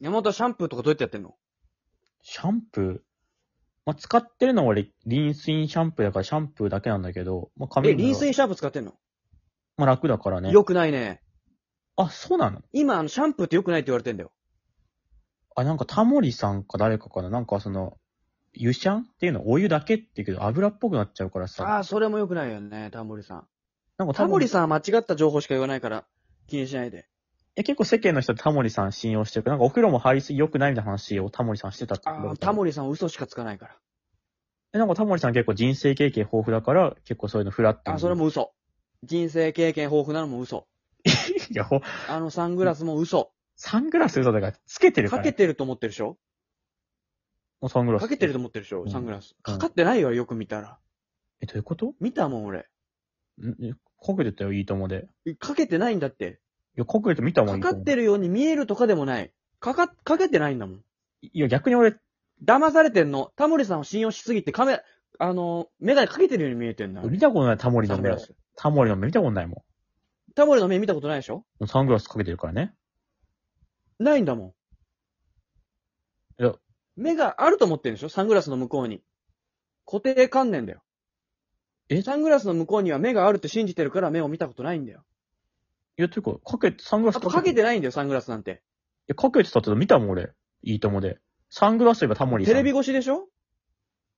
山本はシャンプーとかどうやってやってんのシャンプー。まあ、使ってるのは俺、リンスインシャンプーだからシャンプーだけなんだけど、まあ、髪え、の毛リンスインンシャンプー使ってんのまあ、楽だからね。よくないね。あ、そうなの今、あの、シャンプーってよくないって言われてんだよ。あ、なんかタモリさんか誰かかななんかその、湯シャンっていうのお湯だけって言うけど油っぽくなっちゃうからさ。ああ、それもよくないよね、タモリさん。なんかタモリん。いさんは間違った情報しか言わないから、気にしないで。や、結構世間の人タモリさん信用してるから、なんかお風呂も入りすぎ良くないみたいな話をタモリさんしてたってああ、タモリさんは嘘しかつかないから。リ。なんかタモリさん結構人生経験豊富だから、結構そういうのフラットあにー、それ。も嘘。人生経験豊富なのも嘘。いや、ほ、あのサングラスも嘘。サングラス嘘だから、つけてるかか、らけね。てると思ってるでしょもうサングラス。かけてると思ってるでしょうんサングラス。うんかかってないよ、よく見たら。え、どういうこと見たもん、俺。んえかけてたよ、いいともで。かけてないんだって。いや、かけて見たもかん。かってるように見えるとかでもない。かか、かけてないんだもん。いや、逆に俺、騙されてんの。タモリさんを信用しすぎてカメラ、あの、メガネかけてるように見えてんだ。見たことないタモリサのング目ラ。スタモリの目見たことないもん。タモリの目見たことないでしょもうサングラスかけてるからね。ないんだもん。いや。目があると思ってるんでしょサングラスの向こうに。固定観念だよ。えサングラスの向こうには目があるって信じてるから目を見たことないんだよ。いや、ていうか、かけ、サングラあスとかけいてないんだよ、サングラスなんて。や、かけてたって見たもん、俺。いいともで。サングラスといえばタモリさテん。レビ、越しでしょ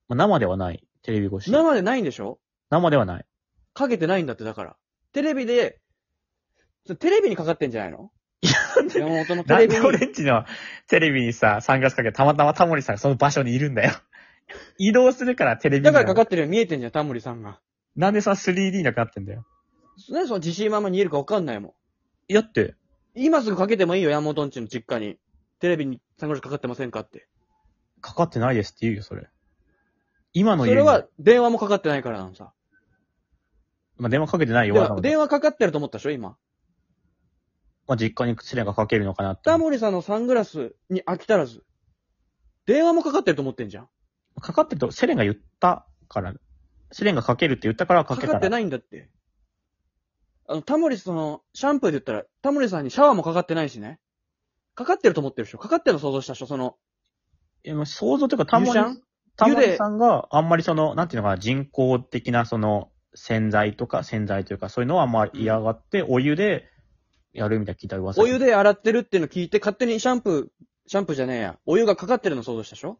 まあ、生ではない。テレビ越し。生でないんでしょ生ではない。かけてないんだって、だから。テレビで、テレビにかかってんじゃないの山本のテなんレビでに。俺んちのテレビにさ、サングラスかけてたまたまタモリさんがその場所にいるんだよ。移動するからテレビにだからかかってるように見えてんじゃん、タモリさんが。なんでさ、3D なくなってんだよ。なんでその自信ままに言えるかわかんないもん。いやだって、今すぐかけてもいいよ、山本んちの実家に。テレビにサングラスかかってませんかって。かかってないですって言うよ、それ。今のそ家にれは、電話もかかってないからなのさ。まあ、電話かけてないでよ、わざはわざ電話かかってると思ったでしょ、今。まあ、実家に試練がかけるのかなって。タモリさんのサングラスに飽き足らず。電話もかかってると思ってんじゃん。かかってると、セレンが言ったから、セレンがかけるって言ったからかかけたかってい。ないんだって。あの、タモリさんの、シャンプーで言ったら、タモリさんにシャワーもかかってないしね。かかってると思ってるでしょかかってるの想像したでしょその、えまあ想像というか、タモリ湯シャン、タモリさんがあんまりその、なんていうのかな、人工的なその、洗剤とか、洗剤というか、そういうのはあんまり嫌がって、お湯でやるみたいな聞いた噂。お湯で洗ってるっていうの聞いて、勝手にシャンプー、シャンプーじゃねえや。お湯がかかってるの想像したでしょ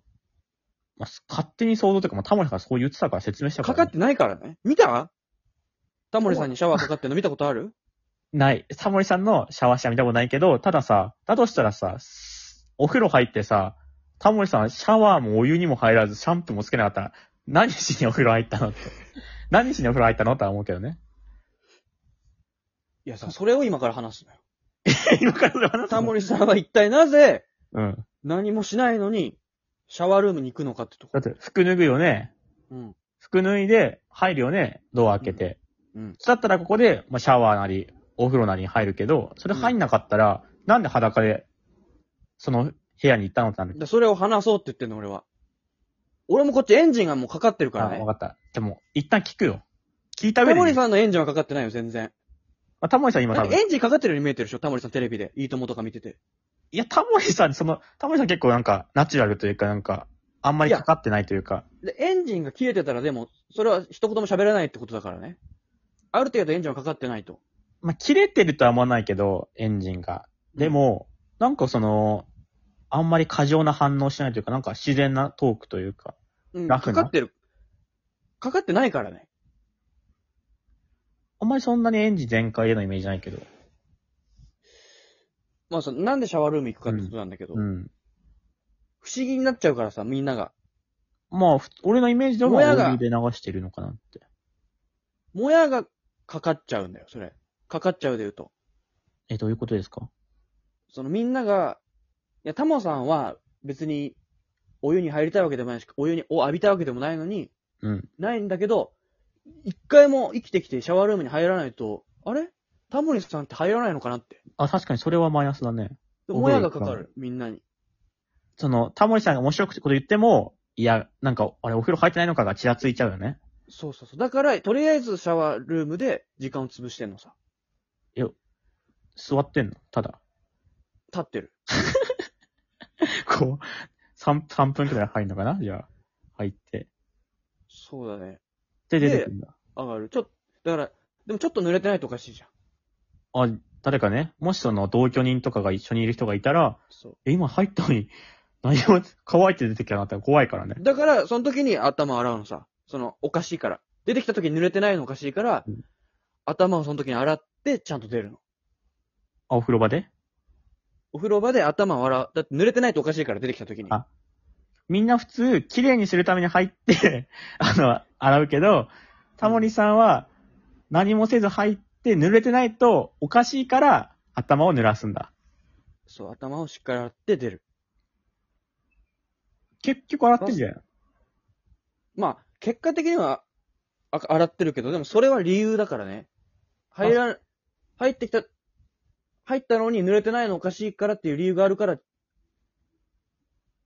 まあ、勝手に想像というか、まあ、タモリさんがそう言ってたから説明したか、からかってないからね。見たタモリさんにシャワーかかってるの見たことあるない。タモリさんのシャワーシャワー見たことないけど、たださ、だとしたらさ、お風呂入ってさ、タモリさんシャワーもお湯にも入らず、シャンプーもつけなかったら、何しにお風呂入っ たのって。何しにお風呂入ったのとは思うけどね。いやさ、それを今から話す のよ。今からそれ話すタのモリさんは一体なぜ、うん。何もしないのに、シャワールームに行くのかってとこだ。って、服脱ぐよね。うん。服脱いで、入るよね。ドア開けて。うん。そだったらここで、まあ、シャワーなり、お風呂なりに入るけど、それ入んなかったら、なんで裸で、その部屋に行ったのってなるで、それを話そうって言ってんの、俺は。俺もこっちエンジンがもうかかってるからあ、ねわ。かった。でも、一旦聞くよ。聞いた上タで。モリさんのエンジンはかかってないよ、全然。まあ、タモリさん今だ多っ分て。エンジンかかってるように見えてるでしょ、タモリさんテレビで。いいともとか見てて。いや、タモリさん、その、タモリさん結構なんか、ナチュラルというか、なんか、あんまりかかってないというか、で、エンジンが消えてたらでも、それは一言も喋らないってことだからね。ある程度エンジンはかかってないと。まあ、切れてるとは思わないけど、エンジンが。でも、なんかその、あんまり過剰な反応しないというか、なんか自然なトークというか、うん、ラフかなかってる。かかってないからね。あんまりそんなにエンジン全開でのイメージないけど。まあその、なんでシャワールーム行くかってことなんだけど、うん。不思議になっちゃうからさ、みんなが。まあ、ふ俺のイメージでは、お親が湯で流してるのかなって。もやがかかっちゃうんだよ、それ。かかっちゃうで言うと。え、どういうことですかそのみんなが、いや、タモさんは別にお湯に入りたいわけでもないし、お湯にを浴びたいわけでもないのに、うん。ないんだけど、一回も生きてきてシャワールームに入らないと、あれタモリさんって入らないのかなって。あ、確かにそれはマイナスだね。で驚いたもやがかかる、みんなに。その、タモリさんが面白くてこと言っても、いや、なんか、あれ、お風呂入ってないのかがちらついちゃうよね。そうそうそう。だから、とりあえずシャワールームで時間を潰してんのさ。座ってんのただ。立ってる。こう、3、三分くらい入るのかなじゃあ、入って。そうだね。で、出てくるんだ。上がる。ちょっと、だから、でもちょっと濡れてないとおかしいじゃん。あ、誰かね、もしその同居人とかが一緒にいる人がいたら、そえ、今入ったのに、何も乾いて出てきたなったら怖いからね。う。だから、その時に頭洗うのさ。その、おかしいから。出てきた時に濡れてないのおかしいから、うん頭をその時に洗って、ちゃんと出るの。あ、お風呂場でお風呂場で頭を洗う。だって濡れてないとおかしいから、出てきた時に。あみんな普通、綺麗にするために入って、 あの、洗うけど、タモリさんは、何もせず入って、濡れてないとおかしいから、頭を濡らすんだ。そう、頭をしっかり洗って出る。結局洗ってんじゃん。まあ、結果的には、あ洗ってるけど、でもそれは理由だからね。入ら、入ってきた、入ったのに濡れてないのおかしいからっていう理由があるから、っ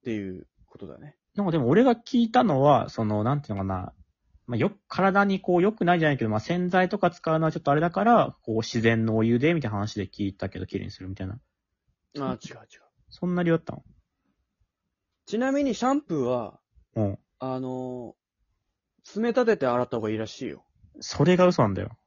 ていうことだね。でも、でも俺が聞いたのは、その、なんていうのかな、まあ、よく、体にこう、良くないじゃないけど、まあ、洗剤とか使うのはちょっとあれだから、こう、自然のお湯で、みたいな話で聞いたけど、綺麗にするみたいな。ああ、違う違う。そんな理由だったのちなみにシャンプーは、うん。あのー爪立てて洗った方がいいらしいよ。それが嘘なんだよ。